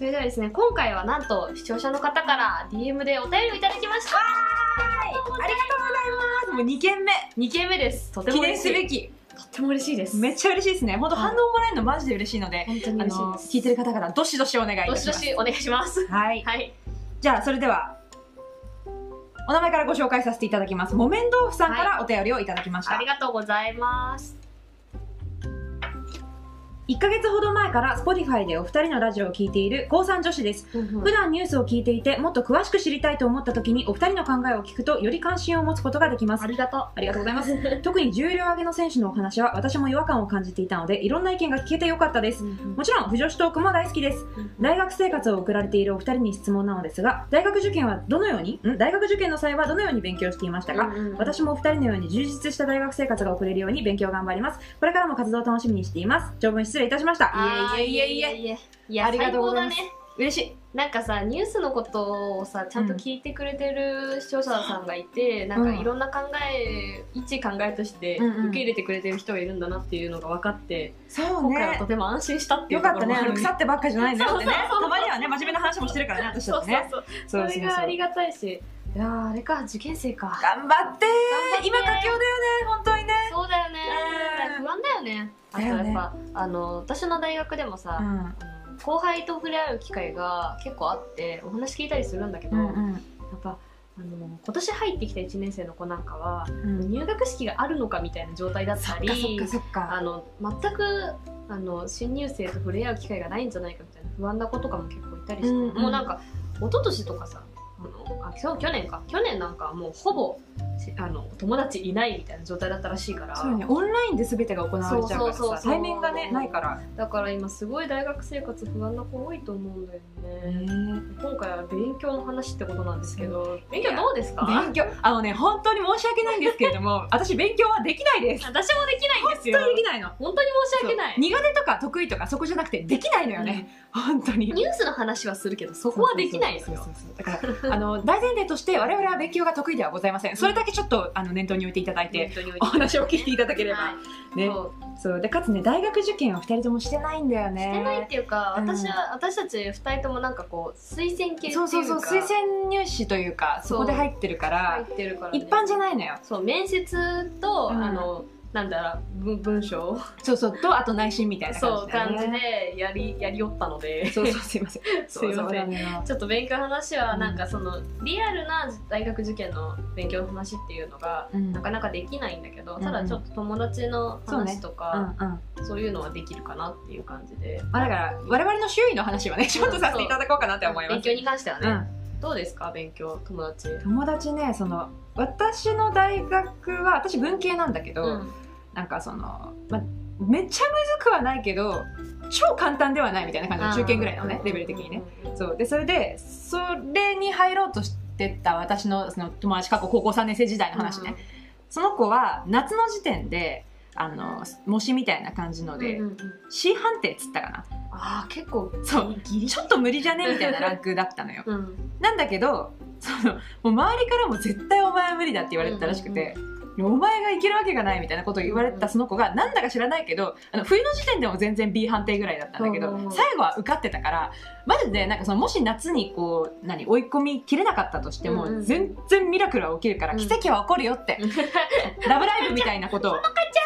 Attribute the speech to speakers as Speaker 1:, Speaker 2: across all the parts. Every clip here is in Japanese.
Speaker 1: ではですね、今回はなんと視聴者の方から DM でお便りをいただきました。
Speaker 2: ありがとうございます。もう二件目
Speaker 1: 2件目です。とて
Speaker 2: 記
Speaker 1: も
Speaker 2: 念
Speaker 1: 嬉し
Speaker 2: すべ
Speaker 1: い。
Speaker 2: き。
Speaker 1: とっても嬉しいです。
Speaker 2: めっちゃ嬉しいですね。本当反応もらえるのマジで嬉しいので、
Speaker 1: 本当に
Speaker 2: あ
Speaker 1: 嬉しい
Speaker 2: の
Speaker 1: です。
Speaker 2: 聞いてる方々どしどしお願いいたし
Speaker 1: ど
Speaker 2: ま
Speaker 1: し
Speaker 2: す。
Speaker 1: どしお願いします。
Speaker 2: はい。
Speaker 1: はい。
Speaker 2: じゃあそれでは。お名前からご紹介させていただきます。木綿豆腐さんからお便りをいただきました。
Speaker 1: ありがとうございます。
Speaker 2: 1ヶ月ほど前から Spotify でお二人のラジオを聞いている高3女子です。普段ニュースを聞いていて、もっと詳しく知りたいと思った時にお二人の考えを聞くとより関心を持つことができます
Speaker 1: あ。りがとう。
Speaker 2: ありがとうございます。 特に重量挙げの選手のお話は私も違和感を感じていたので、いろんな意見が聞けてよかったです。もちろん、不女子トークも大好きです。大学生活を送られているお二人に質問なのですが、大学受験はどのように、ん大学受験の際はどのように勉強していましたか、
Speaker 1: うんうん
Speaker 2: 私もお二人のように充実した大学生活が送れるように勉強頑張ります。これからも活動を楽しみにしています。長文失礼いたしました。
Speaker 1: あー
Speaker 2: いえいえいえいえ。
Speaker 1: いえ。いや、
Speaker 2: ありが
Speaker 1: 最
Speaker 2: とうご
Speaker 1: 高
Speaker 2: ざい
Speaker 1: だ
Speaker 2: ます
Speaker 1: ね。
Speaker 2: 嬉しい。
Speaker 1: なんかさニュースのことをさちゃんと聞いてくれてる視聴者さんがいて、なんかいろんな考え、一考えとして
Speaker 2: うんうん
Speaker 1: 受け入れてくれてる人がいるんだなっていうのが分かって、
Speaker 2: そう
Speaker 1: 今回は
Speaker 2: ね
Speaker 1: と。ても安心したってい
Speaker 2: よ
Speaker 1: うと
Speaker 2: か
Speaker 1: こ
Speaker 2: った
Speaker 1: ろ
Speaker 2: ね。
Speaker 1: もあ
Speaker 2: あ
Speaker 1: る
Speaker 2: の腐ってばっかじゃないんだよってね
Speaker 1: そうそうそう。そう
Speaker 2: たまにはね、真面目な話もしてるからね、私
Speaker 1: そ
Speaker 2: だ
Speaker 1: う
Speaker 2: っ
Speaker 1: そう
Speaker 2: てね。
Speaker 1: そう
Speaker 2: そ
Speaker 1: それがありがたいし
Speaker 2: そう
Speaker 1: あーあれか受験生か
Speaker 2: 頑張って
Speaker 1: 張って
Speaker 2: 今佳境だよね本当にね
Speaker 1: そうだよね
Speaker 2: うん
Speaker 1: 不安だよねあと
Speaker 2: だ
Speaker 1: や
Speaker 2: よ
Speaker 1: っぱ、
Speaker 2: ね
Speaker 1: あの私の大学でもさ、あの後輩と触れ合う機会が結構あってお話聞いたりするんだけど、
Speaker 2: うん
Speaker 1: やっぱあの今年入ってきた1年生の子なんかは
Speaker 2: うんうん
Speaker 1: 入学式があるのかみたいな状態だったり
Speaker 2: そっかそっ
Speaker 1: あ
Speaker 2: か
Speaker 1: の全くあの新入生と触れ合う機会がないんじゃないかみたいな不安な子とかも結構いたりして、
Speaker 2: うんうん
Speaker 1: もうなんか一昨年とかさあのあ去去年か去年なんかもうほぼしあの友達いないみたいな状態だったらしいから
Speaker 2: そうねオンラインで全てが行われちゃうから
Speaker 1: そうそうそう
Speaker 2: さ
Speaker 1: そう
Speaker 2: 対面がねないから
Speaker 1: だから今すごい大学生活不安な子多いと思うんだよね、
Speaker 2: 勉
Speaker 1: 今回は勉強の話ってことなんですけど勉強どうですか
Speaker 2: 強あのね本当に申し訳ないんですけれ ども私勉強はできないです
Speaker 1: 私もできないんです
Speaker 2: 本
Speaker 1: よ
Speaker 2: 当にできないの
Speaker 1: 本当に申し訳ない
Speaker 2: そう苦手とか得意とかそこじゃなくてできないのよね本当に
Speaker 1: ニュースの話はするけどそこはできないですよ
Speaker 2: そうそうそうそうだからあの大前提として我々は勉強が得意ではございませんそれだけちょっとあの念頭に置いていただいて
Speaker 1: 本当に置いて
Speaker 2: お話を聞いていただければ
Speaker 1: はい
Speaker 2: ね
Speaker 1: そう
Speaker 2: そうでかつね大学受験は2人ともしてないんだよ
Speaker 1: し
Speaker 2: ね
Speaker 1: てないっていうか、
Speaker 2: うん
Speaker 1: 私は私たち2人ともなんかこう推薦系っていうか
Speaker 2: そうそうそう推薦入試というか
Speaker 1: そう
Speaker 2: そこで入ってるから、
Speaker 1: 入ってるから、ね、
Speaker 2: 一般じゃ
Speaker 1: い
Speaker 2: ないのよ
Speaker 1: そう面接と、
Speaker 2: うん
Speaker 1: あのなんだろう文文章
Speaker 2: そうそうとあと内心みたいな
Speaker 1: そう
Speaker 2: 感じだ
Speaker 1: 感
Speaker 2: よ
Speaker 1: じ
Speaker 2: ね
Speaker 1: でやりやりおったので
Speaker 2: そう そうすいません
Speaker 1: すいません
Speaker 2: そうそうなのよ
Speaker 1: ちょっと勉強の話はなんかその、リアルな大学受験の勉強の話っていうのが
Speaker 2: うん
Speaker 1: なかなかできないんだけど、ただちょっと友達の
Speaker 2: そうね
Speaker 1: 話と
Speaker 2: うんう
Speaker 1: か
Speaker 2: ん、ま
Speaker 1: そう,、いうのはできるかなっていう感じで
Speaker 2: あ、だから我々の周囲の話はねちょっとさせていただこうかなって思います
Speaker 1: 勉強に関してはね、
Speaker 2: うん
Speaker 1: どうですか勉強友達
Speaker 2: 友達ねその私の大学は私文系なんだけど、
Speaker 1: うん
Speaker 2: なんかその、ま、めっちゃむずくはないけど超簡単ではないみたいな感じの中堅ぐらいのねレベル的にねそうでそれでそれに入ろうとしてた私のその友達過去高校3年生時代の話ね、その子は夏の時点であの模試みたいな感じの
Speaker 1: う
Speaker 2: で、
Speaker 1: んうんうん
Speaker 2: C 判定っつったかな
Speaker 1: ああ結構
Speaker 2: そう
Speaker 1: ギリ
Speaker 2: ちょっと無理じゃねみたいなランクだったのよ
Speaker 1: うん
Speaker 2: なんだけどそのもう周りからも絶対お前は無理だって言われてたらしくて、お前がいけるわけがないみたいなことを言われてたその子がなんだか知らないけどあの冬の時点でも全然 B 判定ぐらいだったんだけ
Speaker 1: うんうんう
Speaker 2: ど
Speaker 1: ん
Speaker 2: 最後は受かってたからマジでなんかそのもし夏にこう何追い込みきれなかったとして
Speaker 1: うんうんう
Speaker 2: も
Speaker 1: ん
Speaker 2: 全然ミラクルは起きるから
Speaker 1: うん
Speaker 2: 奇跡は起こるよ って「ラブライブ!」みたいなことをそう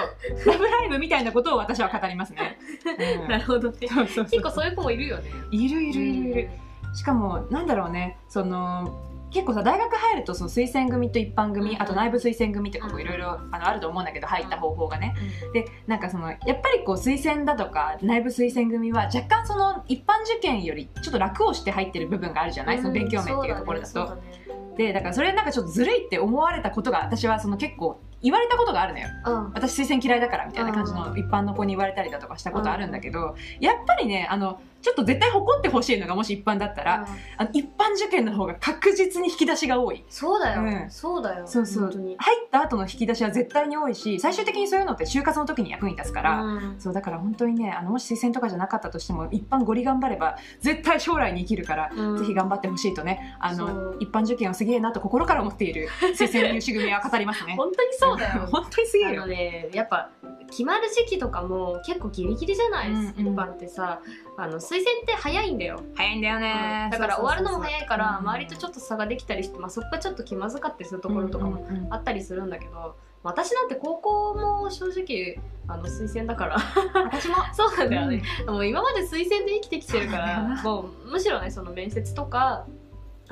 Speaker 2: 「ラブライブ!」みたいなことを私は語りますね。うん
Speaker 1: なるほどね
Speaker 2: そうそうそ
Speaker 1: 結
Speaker 2: う
Speaker 1: 構そういう子もいるよね
Speaker 2: いるいるいるいる。しかもなんだろうねその結構さ大学入るとその推薦組と一般組、
Speaker 1: うん
Speaker 2: あと内部推薦組ってこ
Speaker 1: う
Speaker 2: うんいろいろあのあると思うんだけど入った方法がね
Speaker 1: うん
Speaker 2: でなんかそのやっぱりこう推薦だとか内部推薦組は若干その一般受験よりちょっと楽をして入ってる部分があるじゃない、その勉強面っていうところだと
Speaker 1: そうねそう
Speaker 2: でだからそれなんかちょっとずるいって思われたことが私はその結構言われたことがあるのよ
Speaker 1: だね
Speaker 2: 私推薦嫌いだからみたいな感じの一般の子に言われたりだとかしたことあるんだけど、やっぱりねあのちょっと絶対誇ってほしいのがもし一般だった
Speaker 1: う
Speaker 2: ら、
Speaker 1: ん
Speaker 2: あの一般受験の方が確実に引き出しが多い
Speaker 1: そうだよ、
Speaker 2: うん
Speaker 1: そうだよ
Speaker 2: そうそう
Speaker 1: 本当
Speaker 2: 入
Speaker 1: に
Speaker 2: った後の引き出しは絶対に多いし最終的にそういうのって就活の時に役に立つから、
Speaker 1: うん
Speaker 2: そうだから本当にねあのもし推薦とかじゃなかったとしても一般ゴリ頑張れば絶対将来に生きるから、
Speaker 1: うん
Speaker 2: ぜひ頑張ってほしいとねあ
Speaker 1: そ
Speaker 2: の
Speaker 1: う
Speaker 2: 一般受験をすげえなと心から思っている推薦入試組は語りますね
Speaker 1: 本当にそうだよ
Speaker 2: 本当にすげえ
Speaker 1: あ
Speaker 2: よ
Speaker 1: のねやっぱ決まる時期とかも結構ギリギリじゃない、
Speaker 2: うんうん
Speaker 1: 一般ってさあの推薦って早いんだよ、
Speaker 2: 早いんだよね、
Speaker 1: だから終わるのも早いから
Speaker 2: そうそうそう
Speaker 1: 周りとちょっと差ができたりして、まあ、そこがちょっと気まずかったりするところとかも
Speaker 2: うんうんうん
Speaker 1: あったりするんだけど、私なんて高校も正直あの推薦だから
Speaker 2: 私も
Speaker 1: そうなんだよね、
Speaker 2: ね、
Speaker 1: もう今まで推薦で生きてきてるか
Speaker 2: そうだよ
Speaker 1: ら
Speaker 2: な
Speaker 1: もうむしろねその面接とか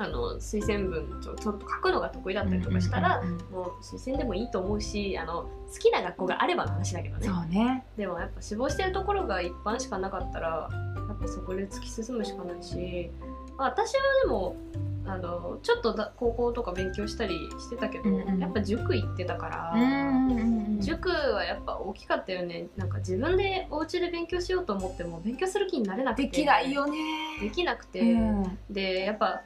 Speaker 1: あの推薦文ちょちょっと書くのが得意だったりとかしたら、
Speaker 2: うんうんうん
Speaker 1: もう推薦でもいいと思うしあの好きな学校があればの話だけどね
Speaker 2: そうね
Speaker 1: でもやっぱ志望してるところが一般しかなかったらやっぱそこで突き進むしかないし、まあ私はでもあのちょっとだ高校とか勉強したりしてたけど、
Speaker 2: うんうん
Speaker 1: やっぱ塾行ってたから。
Speaker 2: うんうんうんうん
Speaker 1: 塾はやっぱ大きかったよねなんか自分でお家で勉強しようと思っても勉強する気になれなくて
Speaker 2: できないよね
Speaker 1: できなくて、
Speaker 2: うん
Speaker 1: でやっぱ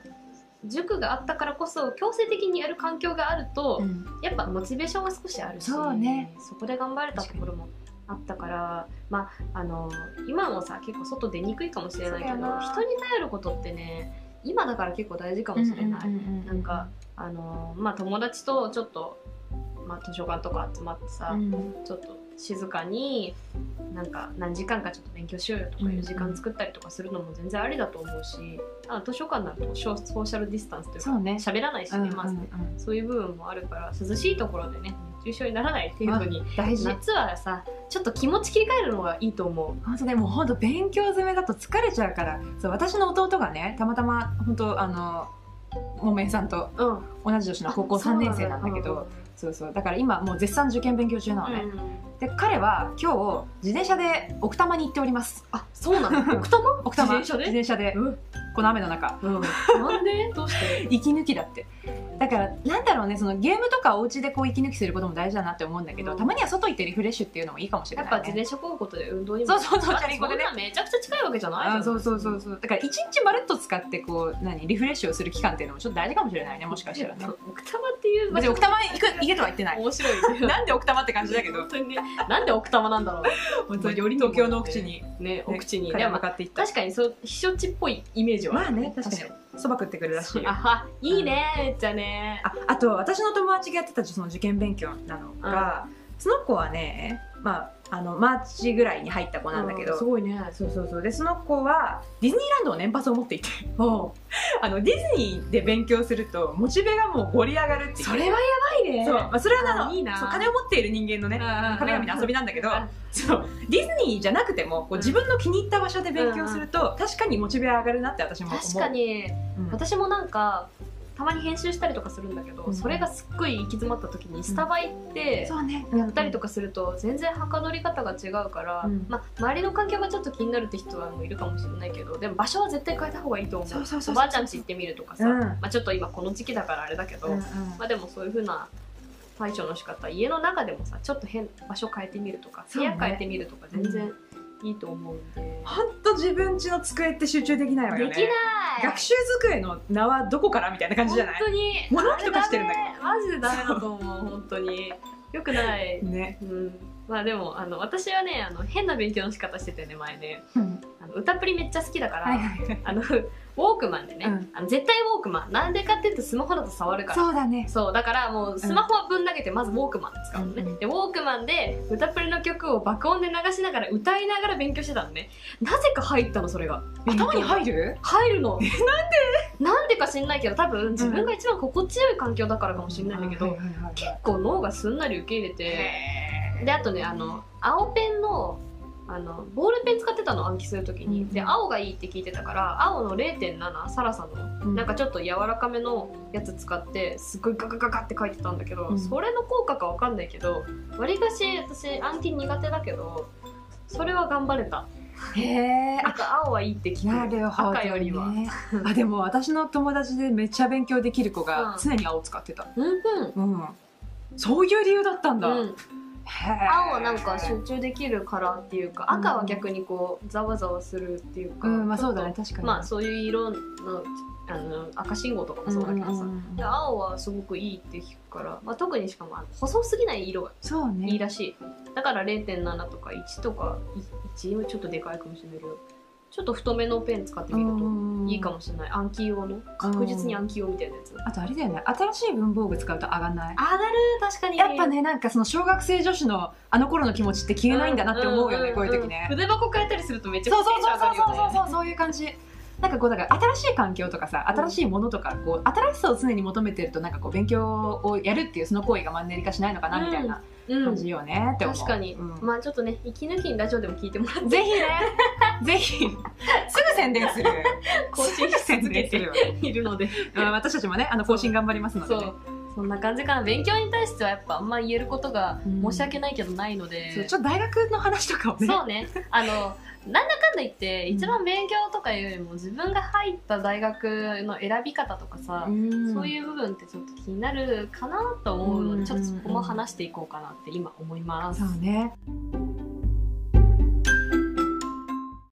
Speaker 1: 塾があったからこそ強制的にやる環境があると、
Speaker 2: うん
Speaker 1: やっぱモチベーションが少しあるし
Speaker 2: そうね
Speaker 1: そこで頑張れたところもあったからまああの今もさ結構外出にくいかもしれないけど
Speaker 2: そう
Speaker 1: 人
Speaker 2: だよな
Speaker 1: に頼ることってね今だから結構大事かもしれない、
Speaker 2: うんうんうん
Speaker 1: なんかあのまあ友達とちょっと、まあ、図書館とか集まってさ、
Speaker 2: うん
Speaker 1: ちょっと静かになんか何時間かちょっと勉強しようよとかいう時間作ったりとかするのも全然ありだと思うし、あ図書館だとソーソーシャルディスタンスというか
Speaker 2: そうね
Speaker 1: 喋らないしね、
Speaker 2: うんうん
Speaker 1: まず
Speaker 2: うん
Speaker 1: そういう部分もあるから涼しいところでね熱中症にならないっていうのに
Speaker 2: 大事
Speaker 1: 夏はさちょっと気持ち切り替えるのがいいと思
Speaker 2: 本当ねもう本当勉強詰めだと疲れちゃうからそう私の弟がねたまたま本当あのもめんさんと
Speaker 1: う、うん、
Speaker 2: 同じ年の高校3年生なんだけどそうそうだから今もう絶賛受験勉強中な
Speaker 1: そ
Speaker 2: の
Speaker 1: うな
Speaker 2: ね、
Speaker 1: んだ、うん
Speaker 2: で彼は今日自転車で奥多摩に行っております
Speaker 1: あそうな の奥多摩
Speaker 2: 奥多摩
Speaker 1: 自転車で
Speaker 2: でこの雨の中
Speaker 1: うん、なんでどうして
Speaker 2: 息抜きだってだからなんだろうねそのゲームとかお家でこう息抜きすることも大事だなって思うんだけど、
Speaker 1: うん
Speaker 2: たまには外行ってリフレッシュっていうのもいいかもしれ
Speaker 1: や
Speaker 2: な
Speaker 1: っ
Speaker 2: い、ね、
Speaker 1: ぱ自転車こぐことで運動にも
Speaker 2: そうそうそう
Speaker 1: あ
Speaker 2: チャリンコでね
Speaker 1: そんなめちゃくちゃ近いわけじゃない
Speaker 2: あそうそうそううそうだから一日まるっと使ってこう何リフレッシュをする期間っていうのもちょっと大事かもしれないねもしかしたらね
Speaker 1: 奥多摩っていう
Speaker 2: 別に奥多摩行く行けとは言ってない
Speaker 1: 面白いね
Speaker 2: なんで奥多摩って感じだけど
Speaker 1: 本当にねなんで奥多摩なんだろ
Speaker 2: 本当により東京の奥地に
Speaker 1: うね奥地に
Speaker 2: 彼
Speaker 1: で
Speaker 2: は
Speaker 1: も
Speaker 2: 向かっていった
Speaker 1: 確かにそう避暑地っぽいイメージは
Speaker 2: まあね確かに
Speaker 1: に
Speaker 2: そば食ってくるらしいよ
Speaker 1: あはいうい
Speaker 2: ん
Speaker 1: ねめっちゃね
Speaker 2: ああと私の友達がやってたその受験勉強なのが、その子はね、まあ、あのマーチぐらいに入った子なんだけど、
Speaker 1: うす
Speaker 2: そう
Speaker 1: ごいね
Speaker 2: そうそうでその子はディズニーランドの年パスを持っていて
Speaker 1: おう
Speaker 2: あのディズニーで勉強するとモチベがもう盛り上がるっていう
Speaker 1: それはやばいね
Speaker 2: そう、まあ、それはあの
Speaker 1: いいな
Speaker 2: そう金を持っている人間のね神々の遊びなんだけどそうディズニーじゃなくてもこう自分の気に入った場所で勉強すると、確かにモチベ上がるなって私も思う
Speaker 1: 確か、に
Speaker 2: うん
Speaker 1: 私もなんかたまに編集したりとかするんだけど、
Speaker 2: うん
Speaker 1: それがすっごい行き詰まった時にスタバ行って、
Speaker 2: そうね
Speaker 1: やったりと
Speaker 2: か
Speaker 1: かすると全然はかどり方が違うから、
Speaker 2: うん
Speaker 1: まあ、周りの環境がちょっと気になるって人はもういるかもしれないけどでも場所は絶対変えた方がいいと思う
Speaker 2: そうそうそうそ
Speaker 1: お
Speaker 2: う
Speaker 1: ばあちゃん家行ってみるとかさ、
Speaker 2: うん
Speaker 1: まあ、ちょっと今この時期だからあれだけど、
Speaker 2: うんうん
Speaker 1: まあ、でもそういうふうな対処の仕方家の中でもさちょっと変場所変えてみるとか
Speaker 2: そ
Speaker 1: 部
Speaker 2: うね
Speaker 1: 屋変えてみるとか全然いいと思うんで、
Speaker 2: 本当自分家の机って集中できないわよ
Speaker 1: で
Speaker 2: ね
Speaker 1: きない
Speaker 2: 学習机の名はどこからみたいな感じじゃない
Speaker 1: 本当に
Speaker 2: 物置とかしてるんだけど
Speaker 1: あれダメマジでダメだと思う本当によくない、
Speaker 2: ね、
Speaker 1: うん、まあでもあの私はねあの変な勉強の仕方しててね前ねあの歌プリめっちゃ好きだから、
Speaker 2: はいはいはい
Speaker 1: あのウォークマンでね、
Speaker 2: うん
Speaker 1: あの絶対ウォークマンなんでかって言うとスマホだと触るからそう
Speaker 2: そうだね
Speaker 1: だからもうスマホはぶん投げてまずウォークマン使うのね、
Speaker 2: うんうん
Speaker 1: でウォークマンで歌プリの曲を爆音で流しながら歌いながら勉強してたのねなぜか入ったのそれが
Speaker 2: 頭に
Speaker 1: 入
Speaker 2: 入る
Speaker 1: 入るのなんでなんでか知んないけど多分自分が一番心地よい環境だからかもしれないんだけど、
Speaker 2: はいはいはいはい
Speaker 1: 結構脳がすんなり受け入れて
Speaker 2: へー
Speaker 1: であとねあの青ペンのあのボールペン使ってたの暗記するときに、
Speaker 2: うん
Speaker 1: で青がいいって聞いてたから青の0.7サラサの
Speaker 2: う
Speaker 1: なんかちょっと柔らかめのやつ使ってすごいガガガガって書いてたんだけど、
Speaker 2: うん
Speaker 1: それの効果かわかんないけどわりかし私暗記苦手だけどそれは頑張れた
Speaker 2: へー
Speaker 1: なんか青はいいって聞
Speaker 2: あな
Speaker 1: く
Speaker 2: るほど、ね、
Speaker 1: 赤よりは
Speaker 2: あでも私の友達でめっちゃ勉強できる子
Speaker 1: う
Speaker 2: が
Speaker 1: ん
Speaker 2: 常に青使ってた、
Speaker 1: うんうん
Speaker 2: うん、そういう理由だったんだ、
Speaker 1: うん、
Speaker 2: へー
Speaker 1: 青はなんか集中できるからっていうか赤は逆にこうざわざわするっていうか、
Speaker 2: うんまあそう
Speaker 1: ち
Speaker 2: だ
Speaker 1: ょっと
Speaker 2: ね確かに
Speaker 1: まあそういう色のあの赤信号とかもそうだけどさ、
Speaker 2: んんん
Speaker 1: で青はすごくいいって聞くから、まあ、特にしかもあの細すぎない色が
Speaker 2: そうね
Speaker 1: いいらしいだから0.7とか1とか1ちょっとでかいかもしれないけどちょっと太めのペン使ってみるといいかもしれない暗記用の確実に暗記用みたいなやつ
Speaker 2: あとあれだよね新しい文房具使うと上がんな
Speaker 1: 上
Speaker 2: い
Speaker 1: がる確かに
Speaker 2: やっぱねなんかその小学生女子のあの頃の気持ちって消えないんだなって思うよね、こういう時ね、
Speaker 1: 筆箱変えたりするとめっちゃ
Speaker 2: そうそうそうそうそうそう
Speaker 1: う
Speaker 2: そうそういう感じなんかこうだから新しい環境とかさ新しいものとかこう新しさを常に求めてるとなんかこう勉強をやるっていうその行為がマンネリ化しないのかなみたいな
Speaker 1: う
Speaker 2: 感
Speaker 1: ん
Speaker 2: じよね、って思う
Speaker 1: 確かに、
Speaker 2: うん
Speaker 1: まあちょっとね息抜きにラジオでも聞いてもらって
Speaker 2: ぜひねぜひすぐ宣伝する
Speaker 1: 更新し続けて いるので
Speaker 2: うん私たちもねあの更新頑張りますので
Speaker 1: そ
Speaker 2: ね、
Speaker 1: うそんな感じかな勉強に対してはやっぱあんま言えることが
Speaker 2: うん
Speaker 1: 申し訳ないけどないので、
Speaker 2: そうちょっと大学の話とかをね
Speaker 1: そうねあのなんだかんだ言って一番勉強とかいうよりも自分が入った大学の選び方とかさ、
Speaker 2: ん
Speaker 1: そういう部分ってちょっと気になるかなと思うので、
Speaker 2: うん
Speaker 1: ちょっとそこも話していこうかなって今思います。
Speaker 2: そうね。